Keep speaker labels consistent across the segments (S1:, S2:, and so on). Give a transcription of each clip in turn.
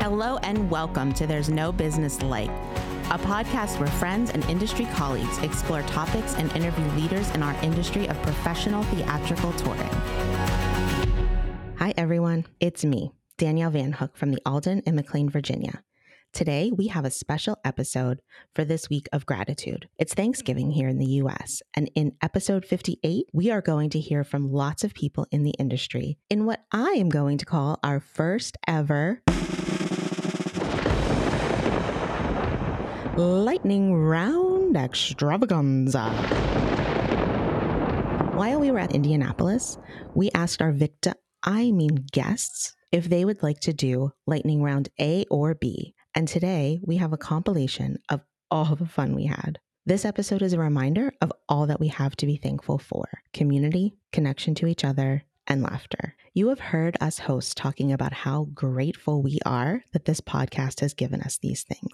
S1: Hello and welcome to There's No Business Like, a podcast where friends and industry colleagues explore topics and interview leaders in our industry of professional theatrical touring. Hi, everyone. It's me, Danielle Van Hook from the Alden in McLean, Virginia. Today, we have a special episode for this week of gratitude. It's Thanksgiving here in the US, and in episode 58, we are going to hear from lots of people in the industry in what I am going to call our first ever lightning round extravaganza. While we were at Indianapolis, we asked our victa, I mean guests, if they would like to do lightning round A or B. And today we have a compilation of all the fun we had. This episode is a reminder of all that we have to be thankful for community, connection to each other, and laughter. You have heard us hosts talking about how grateful we are that this podcast has given us these things.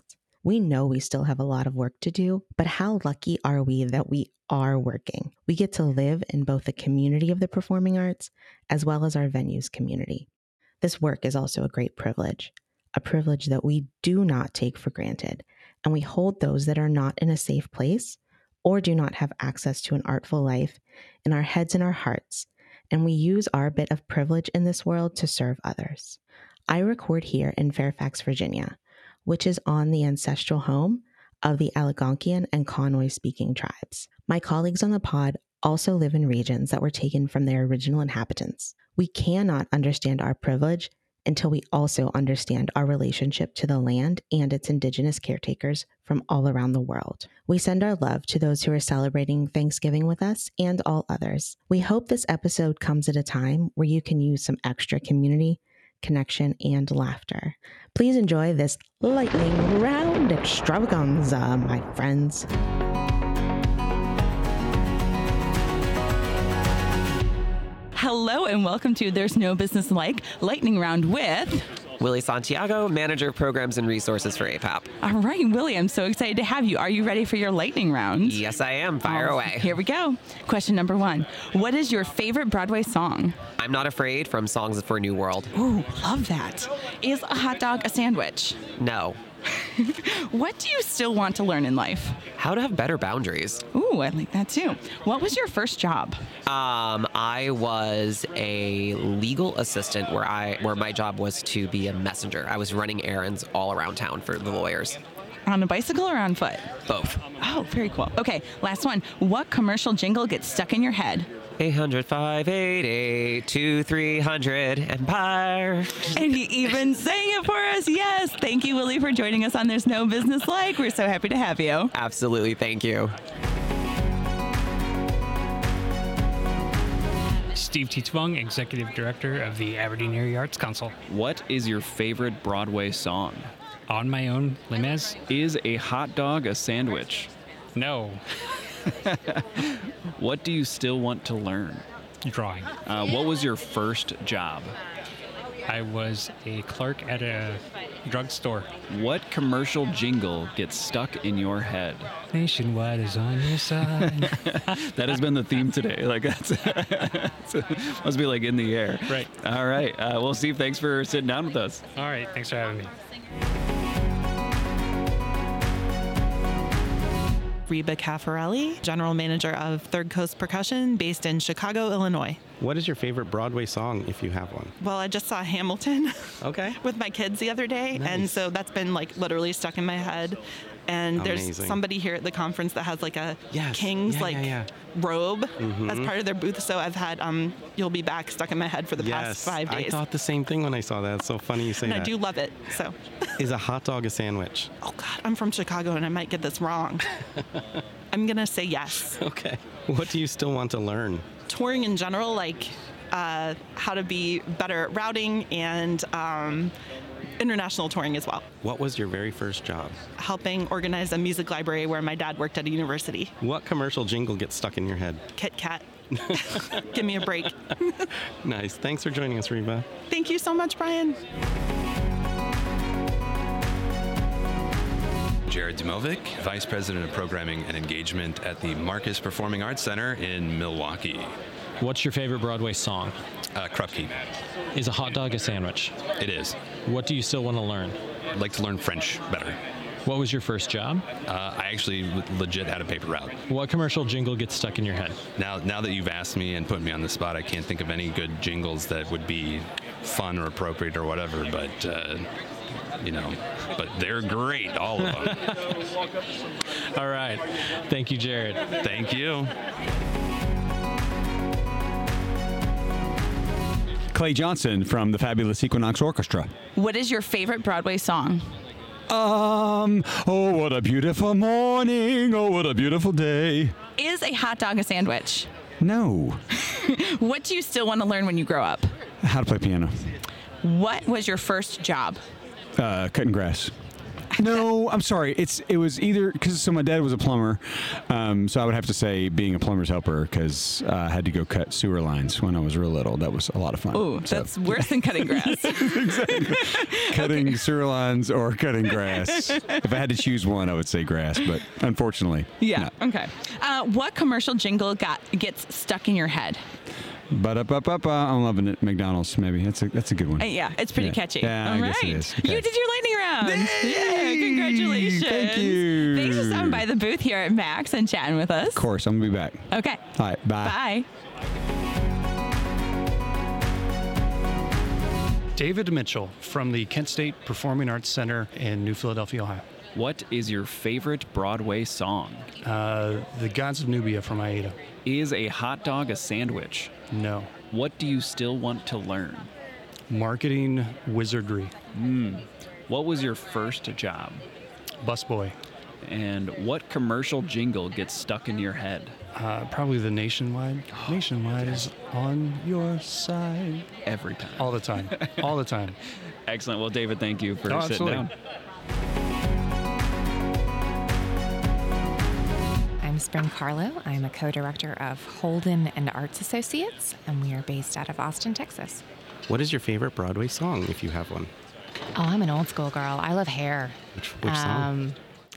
S1: We know we still have a lot of work to do, but how lucky are we that we are working? We get to live in both the community of the performing arts as well as our venues community. This work is also a great privilege, a privilege that we do not take for granted, and we hold those that are not in a safe place or do not have access to an artful life in our heads and our hearts, and we use our bit of privilege in this world to serve others. I record here in Fairfax, Virginia which is on the ancestral home of the Algonquian and Conway speaking tribes. My colleagues on the pod also live in regions that were taken from their original inhabitants. We cannot understand our privilege until we also understand our relationship to the land and its indigenous caretakers from all around the world. We send our love to those who are celebrating Thanksgiving with us and all others. We hope this episode comes at a time where you can use some extra community, connection, and laughter. Please enjoy this lightning round extravaganza, my friends.
S2: Hello and welcome to There's No Business Like Lightning Round with.
S3: Willie Santiago, Manager of Programs and Resources for APAP.
S2: All right, Willie, I'm so excited to have you. Are you ready for your lightning round? Oh,
S3: Yes, I am. Fire away.
S2: Here we go. Question number one What is your favorite Broadway song?
S3: I'm not afraid from Songs for a New World.
S2: Ooh, love that. Is a hot dog a sandwich?
S3: No.
S2: What do you still want to learn in life?
S3: How to have better boundaries.
S2: Ooh, I like that too. What was your first job?
S3: Um, I was a legal assistant where I where my job was to be a messenger. I was running errands all around town for the lawyers.
S2: On a bicycle or on foot?
S3: Both.
S2: Oh, very cool. Okay, last one. What commercial jingle gets stuck in your head?
S3: 800 588 2300 Empire.
S2: And you even sang it for us. Yes. Thank you, Willie, for joining us on There's No Business Like. We're so happy to have you.
S3: Absolutely. Thank you.
S4: Steve T. Twung, Executive Director of the Aberdeen Erie Arts Council.
S5: What is your favorite Broadway song?
S4: On my own, Limez?
S5: Is a hot dog a sandwich?
S4: No.
S5: What do you still want to learn?
S4: Drawing.
S5: Uh, what was your first job?
S4: I was a clerk at a drugstore.
S5: What commercial jingle gets stuck in your head?
S4: Nationwide is on your side.
S5: That has been the theme today. Like that's must be like in the air.
S4: Right.
S5: All right. Uh, well, Steve, thanks for sitting down with us.
S4: All right, thanks for having me.
S6: Reba Caffarelli, general manager of Third Coast Percussion based in Chicago, Illinois.
S7: What is your favorite Broadway song if you have one?
S6: Well, I just saw Hamilton
S7: Okay.
S6: with my kids the other day, and
S7: Nice.
S6: so that's been like literally stuck in my head. And
S7: Amazing.
S6: there's somebody here at the conference that has like a
S7: Yes.
S6: king's
S7: Yeah,
S6: like
S7: yeah, yeah.
S6: robe
S7: Mm-hmm.
S6: as part of their booth. So I've had um, "You'll Be Back" stuck in my head for the past
S7: Yes.
S6: five
S7: I
S6: days,
S7: thought the same thing when I saw that. It's so funny you say
S6: and
S7: that.
S6: I do love it. So,
S7: Is a hot dog a sandwich?
S6: oh God, I'm from Chicago, and I might get this wrong. I'm gonna say yes.
S7: Okay. What do you still want to learn?
S6: touring in general, like uh, how to be better at routing and um, international touring as well.
S7: What was your very first job?
S6: Helping organize a music library where my dad worked at a university.
S7: What commercial jingle gets stuck in your head?
S6: Kit Kat. Give me a break.
S7: Nice. Thanks for joining us, Reba.
S6: Thank you so much, Brian.
S8: Jared Demovic, Vice President of Programming and Engagement at the Marcus Performing Arts Center in Milwaukee.
S9: What's your favorite Broadway song?
S8: Uh, Krupke.
S9: Is a hot dog a sandwich?
S8: It is.
S9: What do you still want to learn?
S8: I'd like to learn French better.
S9: What was your first job?
S8: Uh, I actually le- legit had a paper route.
S9: What commercial jingle gets stuck in your head?
S8: Now, now that you've asked me and put me on the spot, I can't think of any good jingles that would be fun or appropriate or whatever. But uh, you know, but they're great, all of them.
S9: All right. Thank you, Jared.
S8: Thank you.
S10: Clay Johnson from the Fabulous Equinox Orchestra.
S2: What is your favorite Broadway song?
S10: Um, oh, what a beautiful morning. Oh, what a beautiful day.
S2: Is a hot dog a sandwich?
S10: No.
S2: What do you still want to learn when you grow up?
S10: How to play piano.
S2: What was your first job?
S10: Uh, cutting grass. No, I'm sorry. It's it was either because so my dad was a plumber, um, so I would have to say being a plumber's helper because uh, I had to go cut sewer lines when I was real little. That was a lot of fun.
S2: Ooh,
S10: So,
S2: that's worse than cutting grass.
S10: cutting sewer lines or cutting grass. if I had to choose one, I would say grass, but unfortunately,
S2: yeah.
S10: no.
S2: Okay. Uh, what commercial jingle got gets stuck in your head?
S10: But up, up, up. uh, I'm loving it. McDonald's, maybe. That's a that's a good one.
S2: Uh, yeah, it's pretty
S10: Yeah.
S2: catchy.
S10: Yeah, I
S2: All right.
S10: guess it is. Okay.
S2: You did your lightning round.
S10: Yay!
S2: Yeah, congratulations.
S10: Thank you.
S2: Thanks for stopping by the booth here at Max and chatting with us.
S10: Of course, I'm gonna be back.
S2: Okay.
S10: All right,
S2: Bye.
S11: David Mitchell from the Kent State Performing Arts Center in New Philadelphia, Ohio.
S5: What is your favorite Broadway song?
S11: Uh, the Gods of Nubia from Aida.
S5: Is a hot dog a sandwich?
S11: No.
S5: What do you still want to learn?
S11: Marketing wizardry.
S10: Hmm.
S5: What was your first job?
S11: Busboy.
S5: And what commercial jingle gets stuck in your head?
S11: Uh, probably the Nationwide. Nationwide is on your side.
S5: Every time.
S11: All the time. All the time.
S5: Excellent. Well, David, thank you for
S11: Oh,
S5: sitting
S11: absolutely.
S5: down.
S12: I'm Spring Carlo. I'm a co director of Holden and Arts Associates, and we are based out of Austin, Texas.
S7: What is your favorite Broadway song, if you have one?
S12: Oh, I'm an old school girl. I love hair.
S7: Which, which song?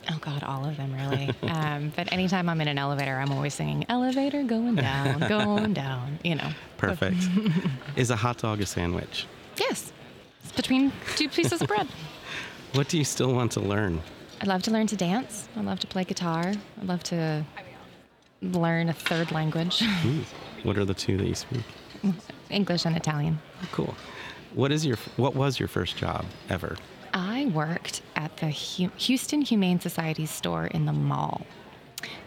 S12: Oh God, all of them really. um, but anytime I'm in an elevator, I'm always singing "Elevator going down, going down." You know.
S7: Perfect. is a hot dog a sandwich?
S12: Yes, it's between two pieces of bread.
S7: What do you still want to learn?
S12: I'd love to learn to dance. I'd love to play guitar. I'd love to learn a third language,
S7: What are the two that you speak?
S12: English and Italian.
S7: Cool. What is your what was your first job ever?
S12: I worked at the Hu- Houston Humane Society's store in the mall.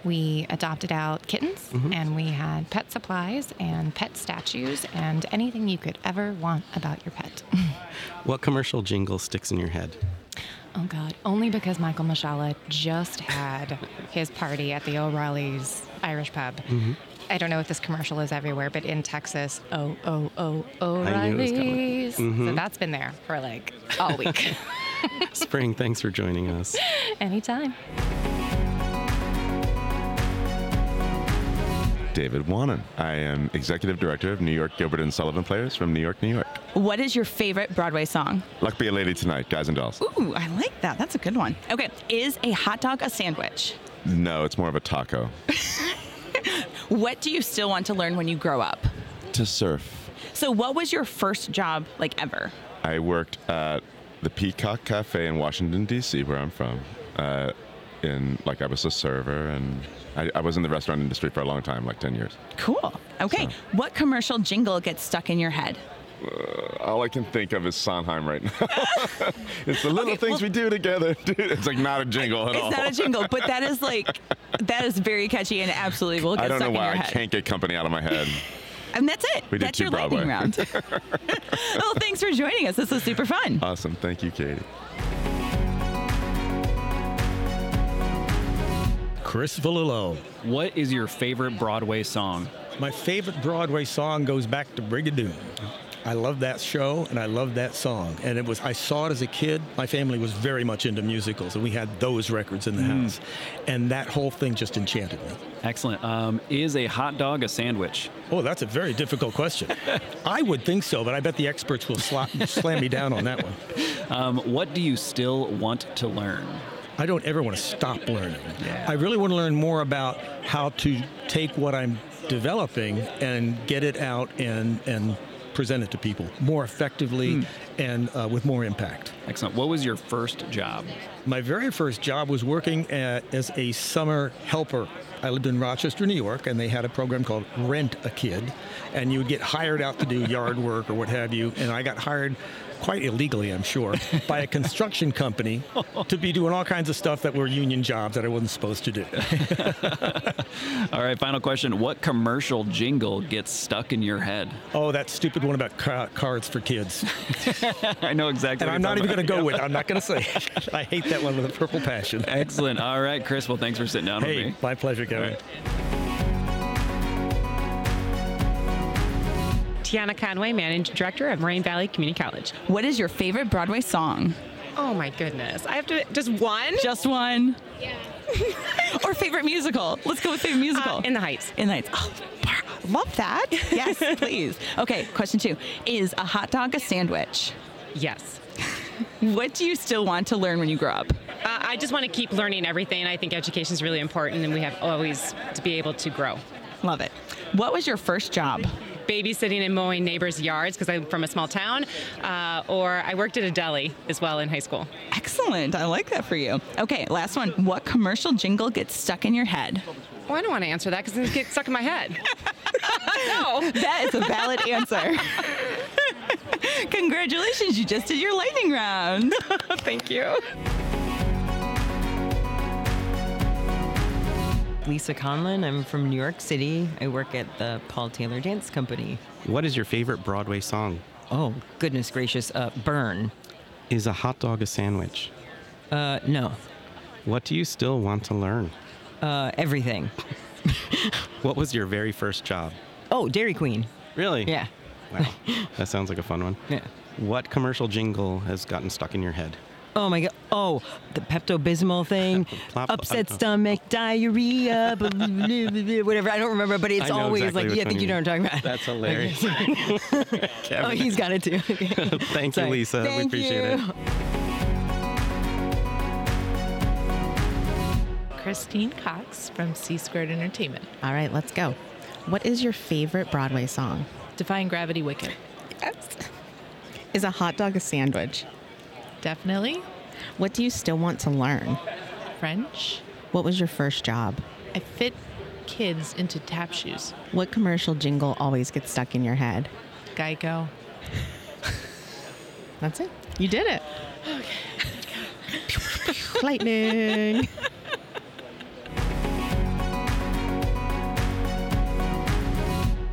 S12: We adopted out kittens
S7: Mm-hmm.
S12: and we had pet supplies and pet statues and anything you could ever want about your pet.
S7: What commercial jingle sticks in your head?
S12: oh God, only because Michael Mashala just had his party at the O'Reilly's Irish pub.
S7: Mm.
S9: Mm-hmm.
S12: I don't know if this commercial is everywhere, but in Texas, oh, oh, oh,
S7: it was coming. Mm-hmm.
S12: O'Reilly's. So that's been there for like all week.
S7: Spring, thanks for joining us.
S12: Anytime.
S13: David Wannen. I am executive director of New York Gilbert and Sullivan Players from New York, New York.
S2: What is your favorite Broadway song?
S13: Luck be a lady tonight, guys and dolls.
S2: Ooh, I like that. That's a good one. Okay. Is a hot dog a sandwich?
S13: No, it's more of a taco.
S2: What do you still want to learn when you grow up?
S13: to surf.
S2: So, what was your first job like ever?
S13: I worked at the Peacock Cafe in Washington, D.C., where I'm from. Uh, in like I was a server, and I, I was in the restaurant industry for a long time, like ten years.
S2: Cool. Okay. What commercial jingle gets stuck in your head?
S13: Uh, All I can think of is Sondheim right now. it's the little things we do together. Dude, it's like not a jingle at all.
S2: It's not a jingle, but that is like that is very catchy and absolutely will get
S13: I don't
S2: stuck
S13: know
S2: in
S13: why
S2: your
S13: I
S2: head.
S13: can't get company out of my head.
S2: And that's it.
S13: We did
S2: that's
S13: two
S2: your lightning
S13: Broadway.
S2: round. well, thanks for joining us. This was super fun.
S13: awesome, thank you, Katie.
S14: Chris Valillo.
S5: What is your favorite Broadway song?
S14: My favorite Broadway song goes back to Brigadoon. I love that show and I love that song. And it was I saw it as a kid. My family was very much into musicals and we had those records in the
S5: Hmm.
S14: house. And that whole thing just enchanted me.
S5: Excellent. Um, is a hot dog a sandwich?
S14: Oh, that's a very difficult question. I would think so, but I bet the experts will slap, slam me down on that one.
S5: Um, what do you still want to learn?
S14: I don't ever want to stop learning. I really want to learn more about how to take what I'm developing and get it out and and present it to people more effectively and uh, with more impact.
S5: Hmm. Excellent. What was your first job?
S14: My very first job was working at, as a summer helper. I lived in Rochester, New York, and they had a program called Rent a Kid, and you would get hired out to do yard work or what have you. And I got hired quite illegally, I'm sure, by a construction company to be doing all kinds of stuff that were union jobs that I wasn't supposed to do.
S5: All right, final question. What commercial jingle gets stuck in your head?
S14: Oh, that stupid one about ca- cards for kids.
S5: I know exactly.
S14: And
S5: what
S14: I'm not
S5: you're
S14: even going to
S5: talking
S14: go
S5: about.
S14: with it. I'm not going to say it. I hate that one with a purple passion.
S5: Excellent. All right, Chris. Well, thanks for sitting down
S14: Hey,
S5: with me.
S14: My pleasure, Kevin.
S15: Tiana Conway, Managing Director of Moraine Valley Community College.
S2: What is your favorite Broadway song?
S15: Oh my goodness. I have to, just one? Uh,
S2: Just one. or favorite musical. Let's go with favorite musical.
S15: In the Heights.
S2: In the Heights. Oh, par- love that. Yes, please. Okay, question two Is a hot dog a sandwich?
S15: Yes.
S2: what do you still want to learn when you grow up?
S15: Uh, I just want to keep learning everything. I think education is really important and we have always to be able to grow.
S2: Love it. What was your first job?
S15: Babysitting and mowing neighbors' yards because I'm from a small town, uh, or I worked at a deli as well in high school.
S2: Excellent. I like that for you. Okay, last one. What commercial jingle gets stuck in your head?
S15: Well, Oh, I don't want to answer that because it gets stuck in my head. no.
S2: That is a valid answer. Congratulations, you just did your lightning round.
S15: Thank you.
S16: Lisa Conlon. I'm from New York City. I work at the Paul Taylor Dance Company.
S7: What is your favorite Broadway song?
S16: Oh, goodness gracious. Uh, burn.
S7: Is a hot dog a sandwich?
S16: Uh, no.
S7: What do you still want to learn?
S16: Uh, everything.
S7: What was your very first job?
S16: Oh, Dairy Queen.
S7: Really?
S16: Yeah.
S7: Wow. that sounds like a fun one.
S16: Yeah.
S7: What commercial jingle has gotten stuck in your head?
S16: Oh my god. Oh, the Pepto Bismol thing.
S7: Plop-
S16: Upset
S7: oh.
S16: stomach, diarrhea, blah, blah, blah, blah, blah, whatever. I don't remember, but it's
S7: I know
S16: always
S7: exactly
S16: like,
S7: which
S16: yeah, I
S7: one
S16: think you know what I'm talking
S7: mean.
S16: about.
S7: That's hilarious.
S16: oh,
S7: Kevin.
S16: he's got it too. Okay.
S7: Thank you,
S16: Sorry.
S7: Lisa. we
S16: Thank you.
S7: appreciate it.
S17: Christine Cox from C Squared Entertainment.
S1: All right, let's go. What is your favorite Broadway song?
S17: Defying Gravity Wicked.
S1: Is a hot dog a sandwich?
S17: Definitely.
S1: What do you still want to learn?
S17: French.
S1: What was your first job?
S17: I fit kids into tap shoes.
S1: What commercial jingle always gets stuck in your head?
S17: Geico.
S1: That's it. You did it. Lightning.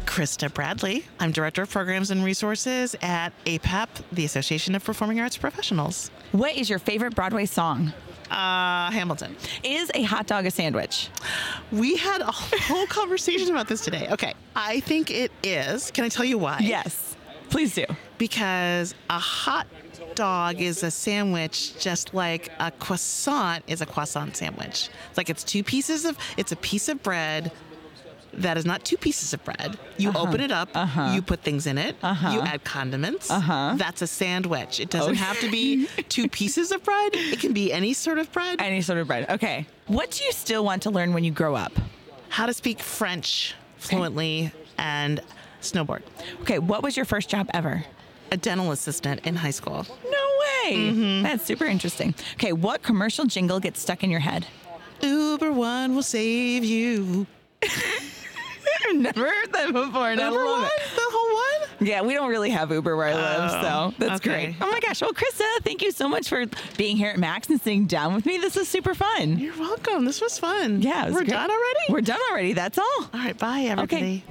S18: Krista Bradley. I'm Director of Programs and Resources at APAP, the Association of Performing Arts Professionals.
S2: What is your favorite Broadway song?
S18: Uh, Hamilton.
S2: Is a hot dog a sandwich?
S18: We had a whole conversation about this today. Okay. I think it is. Can I tell you why?
S2: Yes. Please do.
S18: Because a hot dog is a sandwich just like a croissant is a croissant sandwich. It's like it's two pieces of it's a piece of bread that is not two pieces of bread. You
S2: Uh-huh.
S18: open it up,
S2: Uh-huh.
S18: you put things in it,
S2: Uh-huh.
S18: you add condiments.
S2: Uh-huh.
S18: That's a sandwich. It doesn't
S2: Oh.
S18: have to be two pieces of bread. It can be any sort of bread.
S2: Any sort of bread. Okay. What do you still want to learn when you grow up?
S18: How to speak French fluently and snowboard.
S2: Okay, what was your first job ever?
S18: A dental assistant in high school.
S2: No way. That's super interesting. Okay, what commercial jingle gets stuck in your head?
S18: Uber One will save you.
S2: I've never heard that before, and I
S18: Uber
S2: love it.
S18: The whole one?
S2: Yeah, we don't really have Uber where I live,
S18: Oh,
S2: so that's
S18: okay.
S2: great. Oh my gosh. Well, Krista, thank you so much for being here at Max and sitting down with me. This is super fun.
S18: You're welcome. This was fun.
S2: Yeah, it was
S18: We're
S2: great.
S18: done already?
S2: We're done already. That's all.
S18: All right, bye everybody.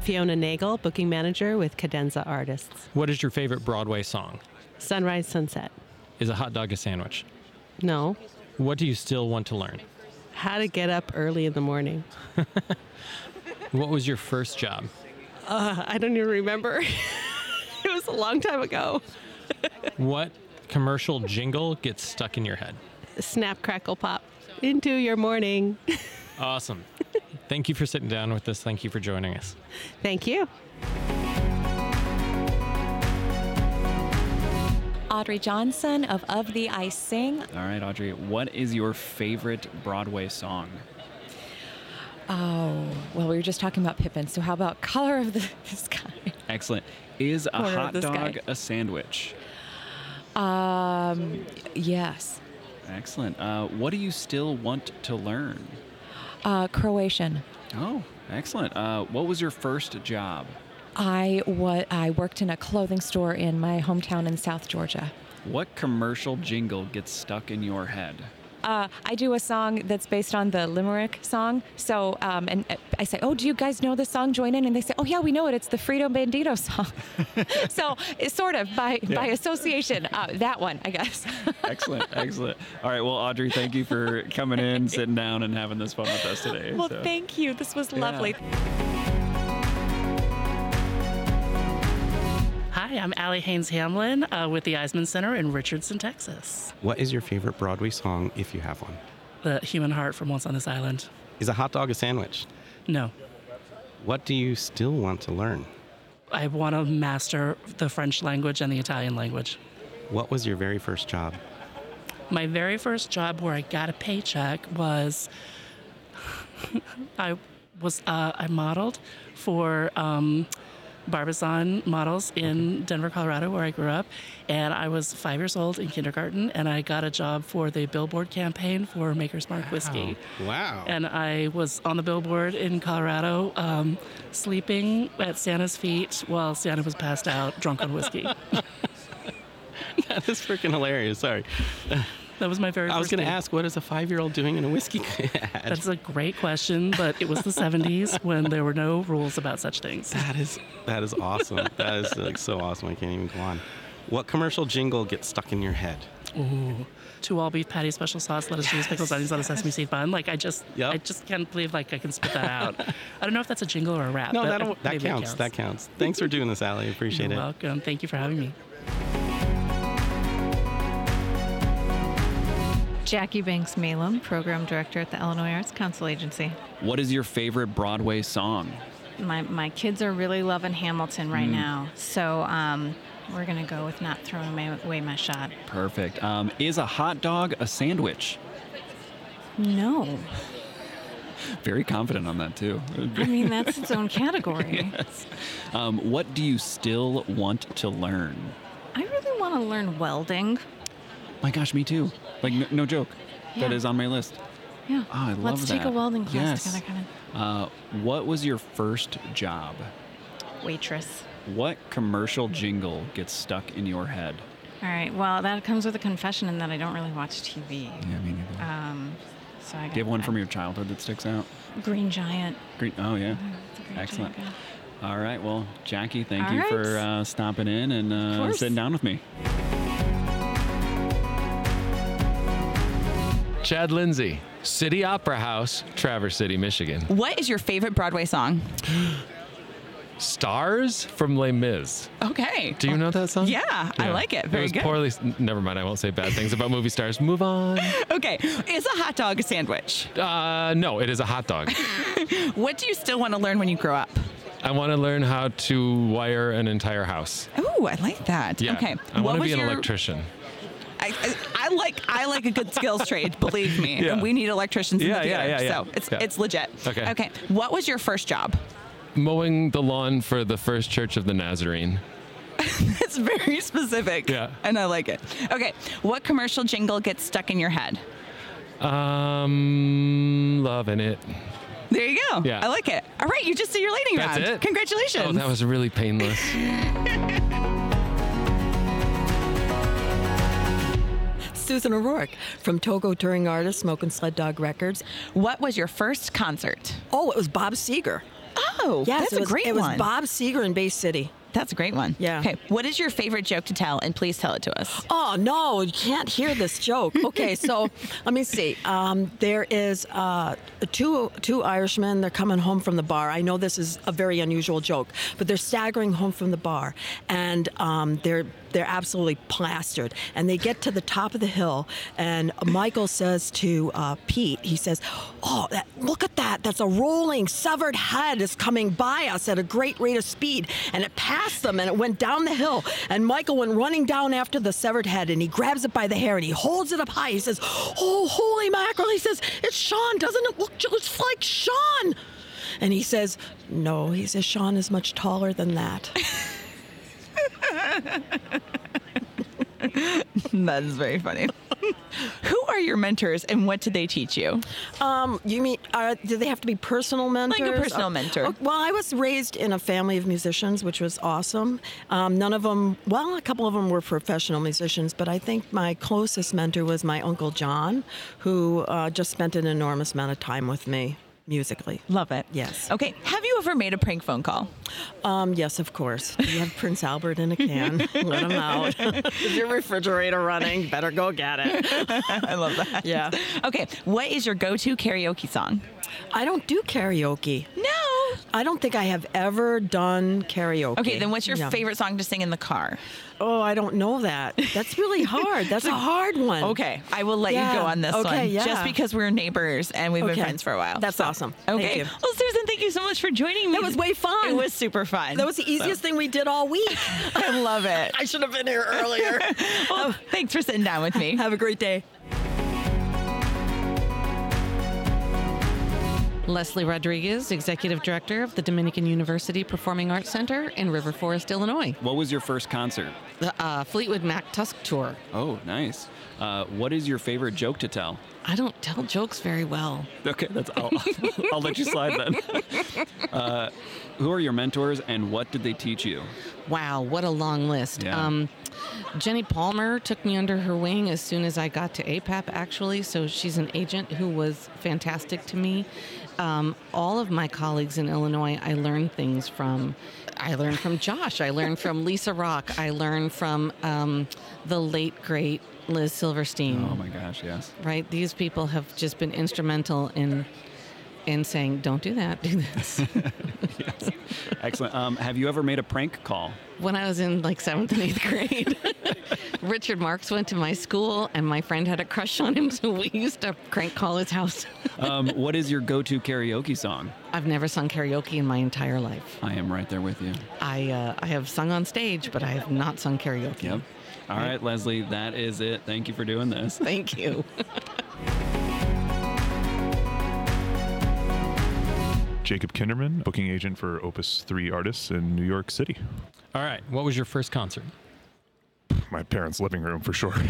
S19: Fiona Nagel, booking manager with Cadenza Artists.
S9: What is your favorite Broadway song?
S19: Sunrise Sunset.
S9: Is a hot dog a sandwich?
S19: No.
S9: What do you still want to learn?
S19: How to get up early in the morning.
S9: What was your first job?
S19: Uh, I don't even remember. it was a long time ago.
S9: What commercial jingle gets stuck in your head?
S19: Snap, crackle, pop. Into your morning.
S9: Awesome. Thank you for sitting down with us. Thank you for joining us.
S19: Thank you.
S20: Audrey Johnson of Of the I Sing.
S5: All right, Audrey, what is your favorite Broadway song?
S20: Oh, well, we were just talking about Pippin, so how about Color of the Sky?
S5: Excellent. Is a
S20: Corner of
S5: hot
S20: the sky.
S5: dog a sandwich?
S20: Um, yes,
S5: Excellent. Uh, what do you still want to learn?
S20: uh, Croatian.
S5: Oh, excellent. Uh, what was your first job?
S20: I wa- I worked in a clothing store in my hometown in South Georgia.
S5: What commercial jingle gets stuck in your head?
S20: Uh, I do a song that's based on the Limerick song. So, um, and uh, I say, "Oh, do you guys know this song? Join in!" And they say, "Oh, yeah, we know it. It's the Frito Bandito song." so, it's sort of by
S5: Yeah.
S20: by association, uh, that one, I guess.
S5: Excellent, excellent. All right, well, Audrey, thank you for coming in, sitting down, and having this fun with us today.
S20: well,
S5: so.
S20: thank you. This was
S5: Yeah.
S20: lovely.
S21: Hi, I'm Allie Haynes Hamlin uh, with the Eisman Center in Richardson, Texas.
S7: What is your favorite Broadway song if you have one?
S21: The human heart from Once on This Island.
S7: Is a hot dog a sandwich?
S21: No,
S7: What do you still want to learn?
S21: I want to master the French language and the Italian language.
S7: What was your very first job?
S21: My very first job where I got a paycheck was I was uh, I modeled for um, Barbizon models in Denver, Colorado, where I grew up, and I was five years old in kindergarten, and I got a job for the Billboard campaign for Maker's Mark whiskey.
S7: Wow.
S21: And I was on the billboard in Colorado, um, sleeping at Santa's feet while Santa was passed out, drunk on whiskey.
S7: that is freaking hilarious. Sorry.
S21: That was my very.
S7: I was
S21: first
S7: going to
S21: thing.
S7: ask, what is a five-year-old doing in a whiskey ad?
S21: That's a great question, but it was the 70s when there were no rules about such things.
S7: That is That is awesome. that is like so awesome. I can't even go on. What commercial jingle gets stuck in your head?
S21: Ooh. Two all beef patty, special sauce, lettuce, cheese, pickles, onions on a sesame seed bun. Like I just, I just can't believe like I can spit that out. I don't know if that's a jingle or a rap.
S7: No,
S21: but
S7: that'll, that
S21: Ah, maybe it
S7: counts. That counts. Thanks for doing this, Allie. Appreciate
S21: You're
S7: it.
S21: welcome. Thank you for having me.
S22: Jackie Banks Malum, Program Director at the Illinois Arts Council Agency.
S5: What is your favorite Broadway song?
S23: My, my kids are really loving Hamilton right
S5: Mm.
S23: now. So um, we're going to go with not throwing my, away my shot.
S5: Perfect. Um, is a hot dog a sandwich?
S23: No.
S5: Very confident on that, too.
S23: I mean, that's its own category.
S5: Yes. Um, what do you still want to learn?
S23: I really want to learn welding.
S5: My gosh, me too. Like, no, no joke. That
S23: Yeah.
S5: is on my list.
S23: Yeah.
S5: Oh, I love
S23: Let's take a
S5: that.
S23: welding class
S5: Yes.
S23: together, Kevin.
S5: Uh, what was your first job?
S23: Waitress.
S5: What commercial jingle gets stuck in your head?
S23: All right. Well, that comes with a confession in that I don't really watch TV.
S5: Yeah, me neither.
S23: Um, so I
S5: Do
S23: got
S5: you have one from your childhood that sticks out?
S23: Green Giant.
S5: Great. Oh, yeah.
S23: It's Mm-hmm. a great
S5: Excellent.
S23: jingle.
S5: All right. Well, Jackie, thank
S23: All
S5: you
S23: right.
S5: for uh, stopping in and uh,
S23: course.
S5: sitting down with me.
S24: Chad Lindsay, City Opera House, Traverse City, Michigan.
S25: What is your favorite Broadway song?
S24: Stars from Les Mis.
S25: Okay.
S24: Do you know that song?
S25: Yeah, Ah, I like it. Very
S24: was
S25: good.
S24: Poorly, never mind. I won't say bad things about movie stars. Move on.
S25: Okay. Is a hot dog a sandwich?
S24: Uh, no, it is a hot dog.
S25: What do you still want to learn when you grow up?
S24: I want to learn how to wire an entire house.
S25: Oh, I like that.
S24: Yeah.
S25: Okay.
S24: I want
S25: What
S24: to
S25: was
S24: be an
S25: your-
S24: electrician.
S25: I, I, I like I like a good skills trade, believe me.
S24: Yeah.
S25: And we need electricians in
S24: Yeah,
S25: the
S24: yeah,
S25: theater.
S24: yeah, yeah.
S25: So it's
S24: Yeah.
S25: it's legit.
S24: Okay.
S25: Okay. What was your first job?
S24: Mowing the lawn for the First Church of the Nazarene.
S25: it's very specific. Yeah. And I like it. Okay. What commercial jingle gets stuck in your head?
S24: Um, loving it.
S25: There you go.
S24: Yeah.
S25: I like it. All right, you just did your lightning
S24: That's
S25: round.
S24: it.
S25: Congratulations.
S24: Oh, that was really painless.
S26: Susan O'Rourke from Togo Touring Artist, Smoke and Sled Dog Records.
S25: What was your first concert?
S26: Oh, it was Bob Seger.
S25: Oh,
S26: yes,
S25: that's
S26: it
S25: a
S26: was,
S25: great
S26: it was
S25: one.
S26: Bob Seger in Bay City.
S25: That's a great one.
S26: Yeah.
S25: Okay. What is your favorite joke to tell? And please tell it to us.
S26: Oh no, you can't hear this joke. Okay, so let me see. Um, there is uh, two two Irishmen. They're coming home from the bar. I know this is a very unusual joke, but they're staggering home from the bar, and um, they're they're absolutely plastered. And they get to the top of the hill, and Michael says to uh, Pete, he says, "Oh, that, look at that! That's a rolling severed head is coming." coming by us at a great rate of speed, and it passed them and it went down the hill. And Michael went running down after the severed head and he grabs it by the hair and he holds it up high. He says, Oh, holy mackerel. He says, It's Sean. Doesn't it look just like Sean? And he says, No. He says, Sean is much taller than that.
S25: that is very funny. Who are your mentors and what did they teach you?
S26: Um, you mean, are, do they have to be personal mentors?
S25: Like a personal
S26: Uh,
S25: mentor.
S26: oh, Well, I was raised in a family of musicians, which was awesome. Um, none of them, well, a couple of them were professional musicians, but I think my closest mentor was my uncle John, who uh, just spent an enormous amount of time with me musically.
S25: Love it.
S26: Yes.
S25: Okay. Have you ever made a prank phone call?
S26: Um, yes, of course. Do You have Prince Albert in a can. Let him out. Is your refrigerator running? Better go get it.
S25: I love that.
S26: Yeah.
S25: Okay. What is your go to karaoke song?
S26: I don't do karaoke.
S25: No.
S26: I don't think I have ever done karaoke.
S25: Okay, then what's your
S26: No.
S25: favorite song to sing in the car?
S26: Oh, I don't know that. That's really hard. That's a hard one.
S25: Okay, I will let you
S26: Yeah.
S25: go on this
S26: okay,
S25: one.
S26: Yeah.
S25: Just because we're neighbors and we've
S26: Okay.
S25: been friends for a while.
S26: That's awesome. Thank
S25: Okay.
S26: you.
S25: Well, Susan, thank you so much for joining me.
S26: That was way fun.
S25: It was super fun.
S26: That was the easiest
S25: So,
S26: thing we did all week.
S25: I love it.
S26: I should have been here earlier.
S25: well, thanks for sitting down with me.
S26: Have a great day.
S19: Leslie Rodriguez, Executive Director of the Dominican University Performing Arts Center in River Forest, Illinois.
S5: What was your first concert?
S19: The uh, Fleetwood Mac Tusk Tour.
S5: Oh, nice. Uh, what is your favorite joke to tell?
S19: I don't tell jokes very well.
S5: Okay, that's I'll, I'll let you slide then. Uh, who are your mentors and what did they teach you?
S19: Wow, what a long list.
S5: Yeah.
S19: Um, Jenny Palmer took me under her wing as soon as I got to APAP, actually. So she's an agent who was fantastic to me. Um, all of my colleagues in Illinois, I learned things from. I learned from Josh. I learned from Lisa Rock. I learned from um, the late, great Liz Silverstein.
S5: Oh my gosh, yes.
S19: Right? These people have just been instrumental in in saying, don't do that, do this.
S5: Excellent. Um, have you ever made a prank call?
S19: when I was in like seventh and eighth grade, Richard Marks went to my school, and my friend had a crush on him, so we used to crank call his house.
S5: Um, what is your go-to karaoke song?
S19: I've never sung karaoke in my entire life.
S5: I am right there with you.
S19: I uh, I have sung on stage, but I have not sung karaoke.
S5: Yep. All right, Leslie, that is it. Thank you for doing this.
S19: Thank you.
S27: Jacob Kinderman, booking agent for Opus 3 artists in New York City.
S9: All right. What was your first concert?
S27: My parents' living room for sure.